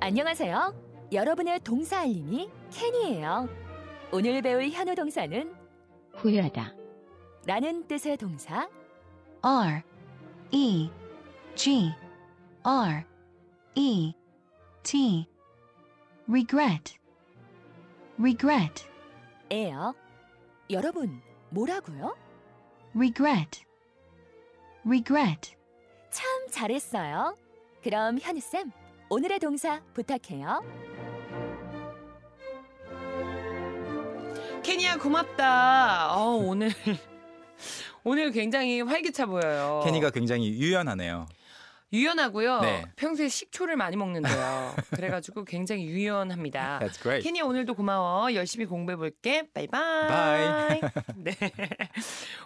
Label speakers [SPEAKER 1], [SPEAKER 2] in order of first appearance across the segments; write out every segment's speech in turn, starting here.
[SPEAKER 1] 안녕하세요. 여러분의 동사 알림이 캔이에요. 오늘 배울 현우 동사는
[SPEAKER 2] 후회하다.
[SPEAKER 1] 라는 뜻의 동사
[SPEAKER 2] R E G R E T regret regret
[SPEAKER 1] 예요. 여러분, 뭐라고요?
[SPEAKER 2] regret regret
[SPEAKER 1] 참 잘했어요. 그럼 현우쌤, 오늘의 동사 부탁해요.
[SPEAKER 3] 케니야 고맙다. 어, 오늘 오늘 굉장히 활기차 보여요.
[SPEAKER 4] 케니가 굉장히 유연하네요.
[SPEAKER 3] 유연하고요.
[SPEAKER 4] 네.
[SPEAKER 3] 평소에 식초를 많이 먹는데요. 그래가지고 굉장히 유연합니다.
[SPEAKER 4] That's
[SPEAKER 3] 아.
[SPEAKER 4] great.
[SPEAKER 3] 케니야 오늘도 고마워. 열심히 공부해 볼게. 바이바이. 네.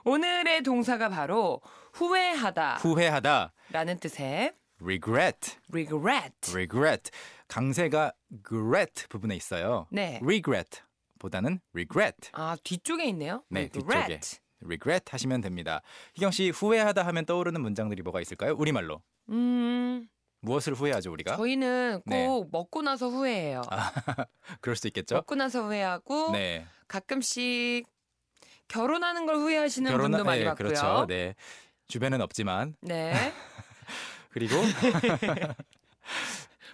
[SPEAKER 3] 오늘의 동사가 바로 후회하다라는
[SPEAKER 4] 후회하다.
[SPEAKER 3] 뜻의
[SPEAKER 4] regret.
[SPEAKER 3] regret.
[SPEAKER 4] regret. 강세가 regret 부분에 있어요.
[SPEAKER 3] 네.
[SPEAKER 4] regret 보다는 regret.
[SPEAKER 3] 아 뒤쪽에 있네요.
[SPEAKER 4] 네,
[SPEAKER 3] regret.
[SPEAKER 4] regret 하시면 됩니다. 희경 씨 후회하다 하면 떠오르는 문장들이 뭐가 있을까요? 우리말로.
[SPEAKER 3] 음
[SPEAKER 4] 무엇을 후회하죠, 우리가?
[SPEAKER 3] 저희는 꼭
[SPEAKER 4] 네.
[SPEAKER 3] 먹고 나서 후회해요.
[SPEAKER 4] 그럴 수 있겠죠?
[SPEAKER 3] 먹고 나서 후회하고
[SPEAKER 4] 네.
[SPEAKER 3] 가끔씩 결혼하는 걸 후회하시는
[SPEAKER 4] 결혼하-
[SPEAKER 3] 분도 많이
[SPEAKER 4] 네,
[SPEAKER 3] 봤고요.
[SPEAKER 4] 그렇죠. 네. 주변엔 없지만
[SPEAKER 3] 네.
[SPEAKER 4] 그리고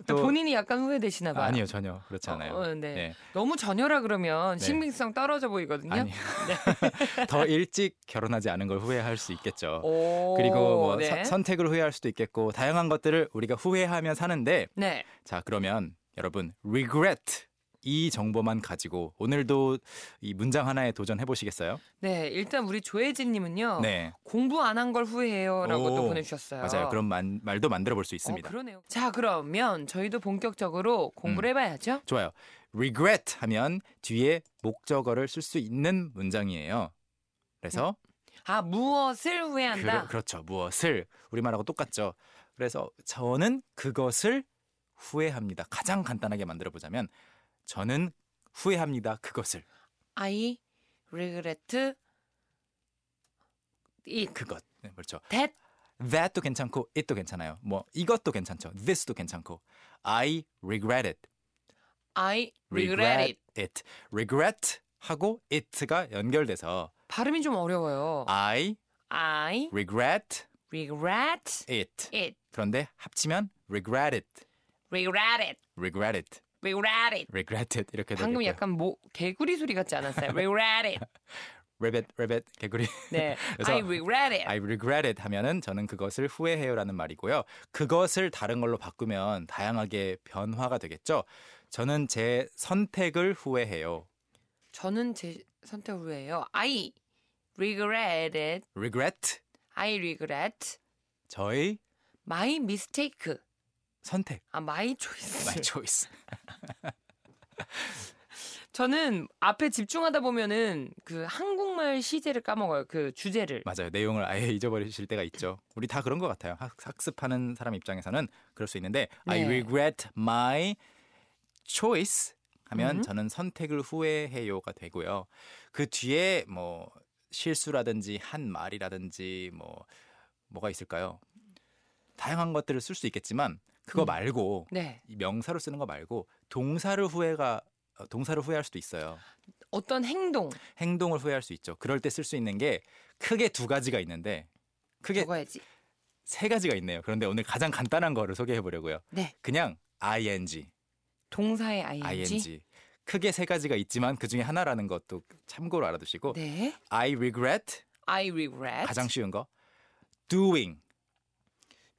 [SPEAKER 4] 또-
[SPEAKER 3] 본인이 약간 후회되시나 봐요.
[SPEAKER 4] 아니요, 전혀 그렇지 않아요.
[SPEAKER 3] 어, 네.
[SPEAKER 4] 네.
[SPEAKER 3] 너무 전혀라 그러면
[SPEAKER 4] 네.
[SPEAKER 3] 신빙성 떨어져 보이거든요.
[SPEAKER 4] 아니. 더 일찍 결혼하지 않은 걸 후회할 수 있겠죠.
[SPEAKER 3] 오,
[SPEAKER 4] 그리고 뭐
[SPEAKER 3] 네.
[SPEAKER 4] 선- 선택을 후회할 수도 있겠고 다양한 것들을 우리가 후회하면 사는데
[SPEAKER 3] 네.
[SPEAKER 4] 자 그러면 여러분 regret 이 정보만 가지고 오늘도 이 문장 하나에 도전해 보시겠어요?
[SPEAKER 3] 네, 일단 우리 조혜진 님은요.
[SPEAKER 4] 네
[SPEAKER 3] 공부 안 한 걸 후회해요라고 또
[SPEAKER 4] 오,
[SPEAKER 3] 보내 주셨어요.
[SPEAKER 4] 맞아요. 그런 만- 말도 만들어 볼 수 있습니다.
[SPEAKER 3] 그러네요. 자, 그러면 저희도 본격적으로
[SPEAKER 4] 음.
[SPEAKER 3] 공부를 해 봐야죠.
[SPEAKER 4] 좋아요. regret 하면 뒤에 목적어를 쓸 수 있는 문장이에요. 그래서
[SPEAKER 3] 아, 무엇을
[SPEAKER 4] 그,
[SPEAKER 3] 후회한다.
[SPEAKER 4] 그렇죠 무엇을 우리말하고 똑같죠. 그래서 저는 그것을 후회합니다. 가장 간단하게 만들어 보자면 저는 후회합니다. 그것을
[SPEAKER 3] I regret it.
[SPEAKER 4] 그것 네, 그렇죠.
[SPEAKER 3] That
[SPEAKER 4] that도 괜찮고 it도 괜찮아요. 뭐 이것도 괜찮죠. this도 괜찮고. I regret it.
[SPEAKER 3] I regret it.
[SPEAKER 4] it. regret 하고 it가 연결돼서
[SPEAKER 3] 발음이 좀 어려워요.
[SPEAKER 4] I
[SPEAKER 3] I
[SPEAKER 4] regret
[SPEAKER 3] regret
[SPEAKER 4] it.
[SPEAKER 3] it.
[SPEAKER 4] 그런데 합치면 regret it.
[SPEAKER 3] regret it.
[SPEAKER 4] regret it.
[SPEAKER 3] regret it.
[SPEAKER 4] regret it 이렇게
[SPEAKER 3] 방금
[SPEAKER 4] 되겠고요.
[SPEAKER 3] 약간 뭐 개구리 소리 같지 않았어요? regret it.
[SPEAKER 4] rabbit rabbit 개구리.
[SPEAKER 3] 네.
[SPEAKER 4] 그래서
[SPEAKER 3] I regret it.
[SPEAKER 4] I regret it 하면은 저는 그것을 후회해요라는 말이고요. 그것을 다른 걸로 바꾸면 다양하게 변화가 되겠죠. 저는 제 선택을 후회해요.
[SPEAKER 3] 저는 제 선택 후에요. I regret it.
[SPEAKER 4] regret
[SPEAKER 3] I regret
[SPEAKER 4] 저의
[SPEAKER 3] my mistake.
[SPEAKER 4] 선택.
[SPEAKER 3] 아, my choice.
[SPEAKER 4] My choice.
[SPEAKER 3] 저는 앞에 집중하다 보면은 그 한국말 시제를 까먹어요. 그 주제를.
[SPEAKER 4] 맞아요. 내용을 아예 잊어버리실 때가 있죠. 우리 다 그런 것 같아요. 학, 습하는 사람 입장에서는 그럴 수 있는데 I
[SPEAKER 3] 네.
[SPEAKER 4] regret my choice 하면
[SPEAKER 3] 음.
[SPEAKER 4] 저는 선택을 후회해요가 되고요. 그 뒤에 뭐 실수라든지 한 말이라든지 뭐 뭐가 있을까요? 다양한 것들을 쓸 수 있겠지만 그거
[SPEAKER 3] 음.
[SPEAKER 4] 말고
[SPEAKER 3] 네.
[SPEAKER 4] 이 명사로 쓰는 거 말고 동사를 후회가 어, 동사를 후회할 수도 있어요.
[SPEAKER 3] 어떤 행동
[SPEAKER 4] 행동을 후회할 수 있죠. 그럴 때 쓸 수 있는 게 크게 두 가지가 있는데 크게
[SPEAKER 3] 적어야지.
[SPEAKER 4] 세 가지가 있네요. 그런데 오늘 가장 간단한 거를 소개해 보려고요.
[SPEAKER 3] 네.
[SPEAKER 4] 그냥 ing,
[SPEAKER 3] 동사의 ing.
[SPEAKER 4] ing. 크게 세 가지가 있지만 그 중에 하나라는 것도 참고로 알아두시고
[SPEAKER 3] 네.
[SPEAKER 4] I regret
[SPEAKER 3] I regret
[SPEAKER 4] 가장 쉬운 거 doing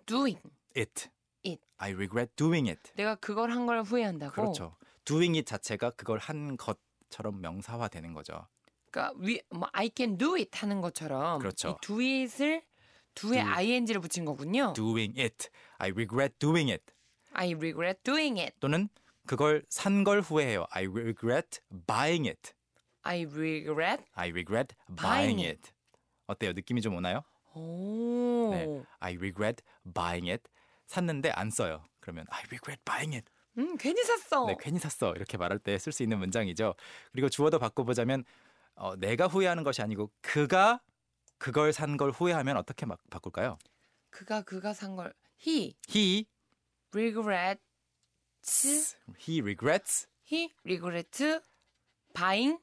[SPEAKER 3] doing.
[SPEAKER 4] it.
[SPEAKER 3] It.
[SPEAKER 4] I regret doing it.
[SPEAKER 3] 내가 그걸 한 걸 후회한다고.
[SPEAKER 4] 그렇죠. doing it 자체가 그걸 한 것처럼 명사화되는 거죠.
[SPEAKER 3] 그러니까 we, 뭐 I can do it 하는 것처럼
[SPEAKER 4] 그렇죠.
[SPEAKER 3] 이 do it을 do에
[SPEAKER 4] Do.
[SPEAKER 3] ing를 붙인 거군요.
[SPEAKER 4] doing it. I regret doing it.
[SPEAKER 3] I regret doing it.
[SPEAKER 4] 또는 그걸 산 걸 후회해요. I regret buying it.
[SPEAKER 3] I regret.
[SPEAKER 4] I regret
[SPEAKER 3] Buying
[SPEAKER 4] buying it. 어때요? 느낌이 좀 오나요?
[SPEAKER 3] 오.
[SPEAKER 4] 네. I regret buying it. 샀는데 안 써요. 그러면 I regret buying it.
[SPEAKER 3] 음, 괜히 샀어.
[SPEAKER 4] 네, 괜히 샀어. 이렇게 말할 때 쓸 수 있는 문장이죠. 그리고 주어도 바꿔보자면 어, 내가 후회하는 것이 아니고 그가 그걸 산 걸 후회하면 어떻게 막 바꿀까요?
[SPEAKER 3] 그가 그가 산 걸 he
[SPEAKER 4] He
[SPEAKER 3] regret regrets
[SPEAKER 4] He regrets
[SPEAKER 3] he regret buying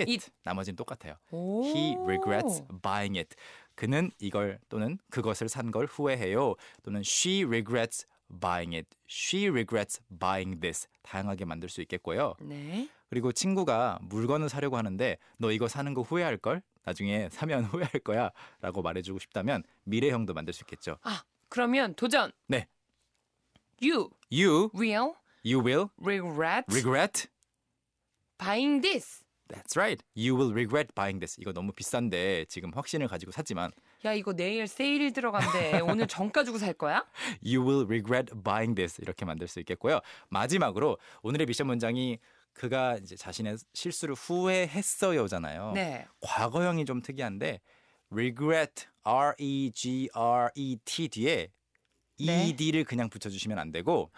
[SPEAKER 4] it.
[SPEAKER 3] It.
[SPEAKER 4] 나머지는 똑같아요.
[SPEAKER 3] 오.
[SPEAKER 4] He regrets buying it. 그는 이걸 또는 그것을 산 걸 후회해요. 또는 she regrets buying it. She regrets buying this. 다양하게 만들 수 있겠고요.
[SPEAKER 3] 네.
[SPEAKER 4] 그리고 친구가 물건을 사려고 하는데 너 이거 사는 거 후회할 걸? 나중에 사면 후회할 거야라고 말해주고 싶다면 미래형도 만들 수 있겠죠.
[SPEAKER 3] 아 그러면 도전.
[SPEAKER 4] 네.
[SPEAKER 3] You
[SPEAKER 4] You
[SPEAKER 3] will
[SPEAKER 4] you will
[SPEAKER 3] regret
[SPEAKER 4] regret.
[SPEAKER 3] buying this.
[SPEAKER 4] That's right. You will regret buying this. 이거 너무 비싼데 지금 확신을 가지고 샀지만
[SPEAKER 3] 야 이거 내일 세일 들어간대. 오늘 정가 주고 살 거야?
[SPEAKER 4] You will regret buying this 이렇게 만들 수 있겠고요. 마지막으로 오늘의 미션 문장이 그가 이제 자신의 실수를 후회했어요잖아요.
[SPEAKER 3] 네.
[SPEAKER 4] 과거형이 좀 특이한데 regret r e g r e t 뒤에
[SPEAKER 3] 네.
[SPEAKER 4] ed를 그냥 붙여주시면 안 되고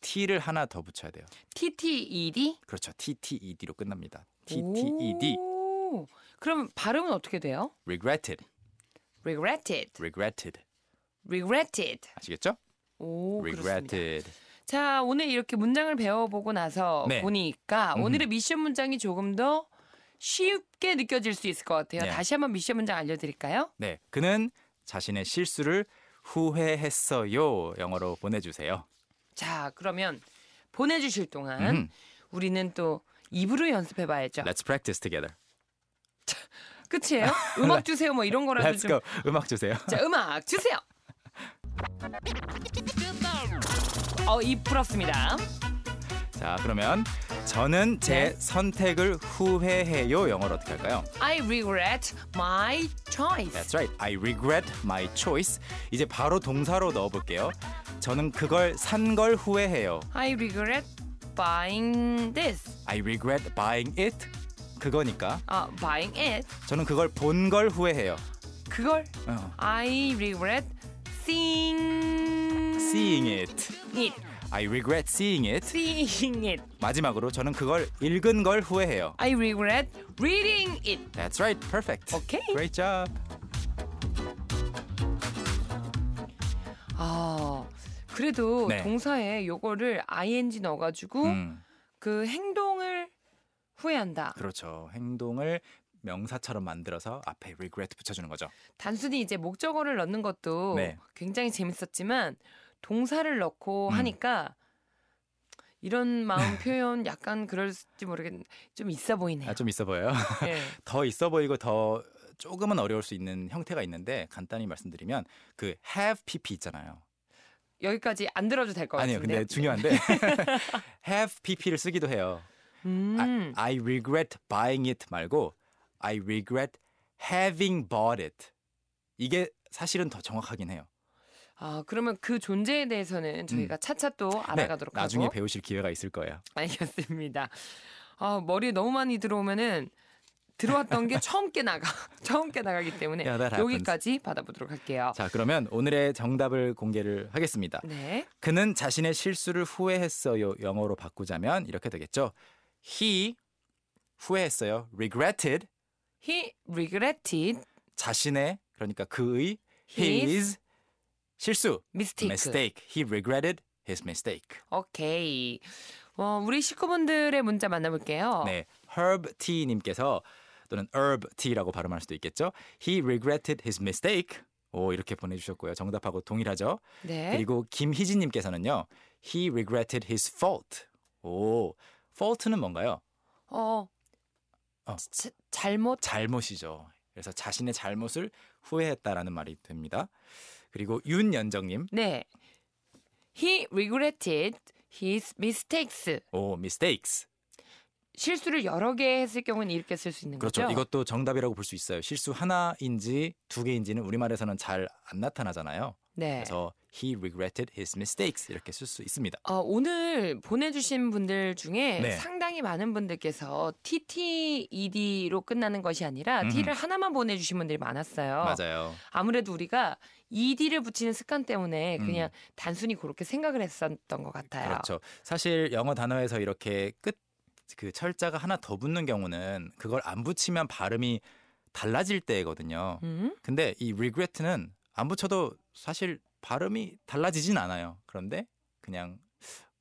[SPEAKER 4] t를 하나 더 붙여야 돼요.
[SPEAKER 3] TTED.
[SPEAKER 4] 그렇죠. t t e d로 끝납니다. t t e d
[SPEAKER 3] 오. 그럼 발음은 어떻게 돼요?
[SPEAKER 4] regretted
[SPEAKER 3] Regretted.
[SPEAKER 4] regretted
[SPEAKER 3] Regretted.
[SPEAKER 4] 아시겠죠?
[SPEAKER 3] 오, 그렇습니다.
[SPEAKER 4] regretted
[SPEAKER 3] 자, 오늘 이렇게 문장을 배워보고 나서
[SPEAKER 4] 네.
[SPEAKER 3] 보니까
[SPEAKER 4] 음.
[SPEAKER 3] 오늘의 미션 문장이 조금 더 쉽게 느껴질 수 있을 것 같아요.
[SPEAKER 4] 네.
[SPEAKER 3] 다시 한번 미션 문장 알려드릴까요?
[SPEAKER 4] 네, 그는 자신의 실수를 후회했어요. 영어로 보내주세요.
[SPEAKER 3] 자, 그러면 보내주실 동안
[SPEAKER 4] 음,
[SPEAKER 3] 우리는 또 입으로 네? 연습해봐야죠.
[SPEAKER 4] Let's practice together.
[SPEAKER 3] 끝이에요? 음악 주세요, 뭐 이런 거라도
[SPEAKER 4] Let's
[SPEAKER 3] 좀.
[SPEAKER 4] go. 음악 주세요.
[SPEAKER 3] 자, 음악 주세요. 어, 입 풀었습니다.
[SPEAKER 4] 자, 그러면 저는 제 선택을 후회해요. 영어로 어떻게 할까요?
[SPEAKER 3] I regret my choice.
[SPEAKER 4] That's right. I regret my choice. 이제 바로 동사로 넣어볼게요. 저는 그걸 산 걸 후회해요.
[SPEAKER 3] I regret buying this.
[SPEAKER 4] I regret buying it. 그거니까
[SPEAKER 3] 아, buying it.
[SPEAKER 4] 저는 그걸 본 걸 후회해요.
[SPEAKER 3] 그걸
[SPEAKER 4] 어.
[SPEAKER 3] I regret seeing
[SPEAKER 4] Seeing it.
[SPEAKER 3] it.
[SPEAKER 4] I regret seeing it.
[SPEAKER 3] Seeing it.
[SPEAKER 4] 마지막으로 저는 그걸 읽은 걸 후회해요.
[SPEAKER 3] I regret reading it.
[SPEAKER 4] That's right. Perfect.
[SPEAKER 3] Okay.
[SPEAKER 4] Great job.
[SPEAKER 3] 아, 그래도
[SPEAKER 4] 네.
[SPEAKER 3] 동사에 요거를 ing 넣어가지고
[SPEAKER 4] 음,
[SPEAKER 3] 그 행동을 후회한다.
[SPEAKER 4] 그렇죠. 행동을 명사처럼 만들어서 앞에 regret 붙여주는 거죠.
[SPEAKER 3] 단순히 이제 목적어를 넣는 것도
[SPEAKER 4] 네.
[SPEAKER 3] 굉장히 재밌었지만 동사를 넣고
[SPEAKER 4] 음.
[SPEAKER 3] 하니까 이런 마음 표현 약간 그럴지 모르겠 좀 있어 보이네요.
[SPEAKER 4] 아, 좀 있어 보여요.
[SPEAKER 3] 예.
[SPEAKER 4] 더 있어 보이고 더 조금은 어려울 수 있는 형태가 있는데 간단히 말씀드리면 그 have pp 있잖아요.
[SPEAKER 3] 여기까지 안 들어도 될 것 같은데.
[SPEAKER 4] 아니요, 근데 중요한데 have pp를 쓰기도 해요. 아,
[SPEAKER 3] 음.
[SPEAKER 4] I regret buying it 말고 I regret having bought it. 이게 사실은 더 정확하긴 해요.
[SPEAKER 3] 아 그러면 그 존재에 대해서는 저희가 차차 또
[SPEAKER 4] 음. 네,
[SPEAKER 3] 알아가도록 하고
[SPEAKER 4] 나중에 배우실 기회가 있을 거예요.
[SPEAKER 3] 알겠습니다. 아 머리에 너무 많이 들어오면은 들어왔던 게 처음 깨 나가 처음 깨 나가기 때문에
[SPEAKER 4] Yeah, that happens.
[SPEAKER 3] 여기까지 받아보도록 할게요.
[SPEAKER 4] 자, 그러면 오늘의 정답을 공개를 하겠습니다.
[SPEAKER 3] 네,
[SPEAKER 4] 그는 자신의 실수를 후회했어요. 영어로 바꾸자면 이렇게 되겠죠. He 후회했어요. regretted
[SPEAKER 3] he regretted
[SPEAKER 4] 자신의 그러니까 그의 his,
[SPEAKER 3] His
[SPEAKER 4] 실수
[SPEAKER 3] mistake.
[SPEAKER 4] mistake. He regretted his mistake.
[SPEAKER 3] 오케이. 어, 우리 식구분들의 문자 만나볼게요.
[SPEAKER 4] 네, Herb T 님께서 또는 Herb T라고 발음할 수도 있겠죠. He regretted his mistake. 오 이렇게 보내주셨고요. 정답하고 동일하죠.
[SPEAKER 3] 네.
[SPEAKER 4] 그리고 김희진 님께서는요. He regretted his fault. 오 fault는 뭔가요?
[SPEAKER 3] 어,
[SPEAKER 4] 어.
[SPEAKER 3] 자- 잘못.
[SPEAKER 4] 잘못이죠. 그래서 자신의 잘못을 후회했다라는 말이 됩니다. 그리고 윤연정님,
[SPEAKER 3] 네. He regretted his mistakes.
[SPEAKER 4] 오 mistakes.
[SPEAKER 3] 실수를 여러 개 했을 경우는 이렇게 쓸 수 있는
[SPEAKER 4] 그렇죠.
[SPEAKER 3] 거죠.
[SPEAKER 4] 이것도 정답이라고 볼 수 있어요. 실수 하나인지 두 개인지는 우리말에서는 잘 안 나타나잖아요.
[SPEAKER 3] 네.
[SPEAKER 4] 그래서 he regretted his mistakes 이렇게 쓸 수 있습니다.
[SPEAKER 3] 어, 오늘 보내주신 분들 중에
[SPEAKER 4] 네.
[SPEAKER 3] 상당히 많은 분들께서 TTED로 끝나는 것이 아니라
[SPEAKER 4] 음흠.
[SPEAKER 3] T를 하나만 보내주신 분들이 많았어요.
[SPEAKER 4] 맞아요.
[SPEAKER 3] 무래도 우리가 ED를 붙이는 습관 때문에
[SPEAKER 4] 음.
[SPEAKER 3] 그냥 단순히 그렇게 생각을 했었던 것 같아요.
[SPEAKER 4] 그렇죠. 사실 영어 단어에서 이렇게 끝 그 철자가 하나 더 붙는 경우는 그걸 안 붙이면 발음이 달라질 때거든요.
[SPEAKER 3] 음?
[SPEAKER 4] 근데 이 regret는 안 붙여도 사실 발음이 달라지진 않아요. 그런데 그냥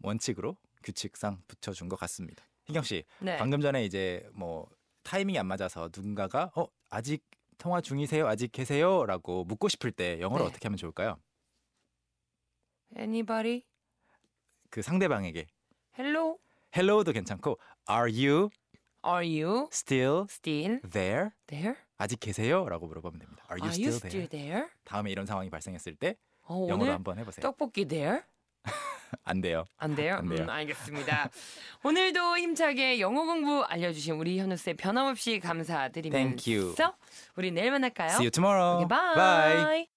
[SPEAKER 4] 원칙으로 규칙상 붙여준 것 같습니다. 희경 씨,
[SPEAKER 3] 네.
[SPEAKER 4] 방금 전에 이제 뭐 타이밍이 안 맞아서 누군가가 어 아직 통화 중이세요? 아직 계세요?라고 묻고 싶을 때 영어로
[SPEAKER 3] 네.
[SPEAKER 4] 어떻게 하면 좋을까요?
[SPEAKER 3] Anybody?
[SPEAKER 4] 그 상대방에게
[SPEAKER 3] Hello?
[SPEAKER 4] hello도 괜찮고 are you
[SPEAKER 3] Are you
[SPEAKER 4] still
[SPEAKER 3] still
[SPEAKER 4] there?
[SPEAKER 3] there?
[SPEAKER 4] 아직 계세요?라고 물어보면 됩니다. Are you
[SPEAKER 3] Are you
[SPEAKER 4] still
[SPEAKER 3] still
[SPEAKER 4] there?
[SPEAKER 3] there?
[SPEAKER 4] 다음에 이런 상황이 발생했을 때
[SPEAKER 3] 어,
[SPEAKER 4] 영어로
[SPEAKER 3] 오늘
[SPEAKER 4] 한번 해보세요.
[SPEAKER 3] 떡볶이 there?
[SPEAKER 4] 안 돼요.
[SPEAKER 3] 안 돼요?
[SPEAKER 4] 안 돼요.
[SPEAKER 3] 음, 알겠습니다. 오늘도 힘차게 영어 공부 알려주신 우리 현우 쌤 변함없이 감사드리면서
[SPEAKER 4] Thank you.
[SPEAKER 3] 우리 내일 만날까요?
[SPEAKER 4] See you tomorrow.
[SPEAKER 3] Okay, bye.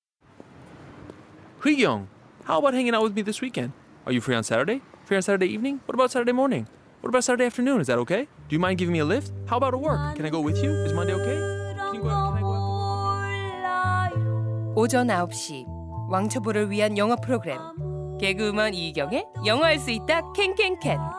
[SPEAKER 4] Bye.
[SPEAKER 5] Young, how about hanging out with me this weekend? Are you free on Saturday? Free on Saturday evening? What about Saturday morning? What about Saturday afternoon? Is that okay? Do you mind giving me a lift? How about at work? Can I go with you? Is Monday okay? Can you go out? Can I go out?
[SPEAKER 3] 오전 9시 왕초보를 위한 영어 프로그램 개그우먼 이경의 영어할 수 있다 캔캔캔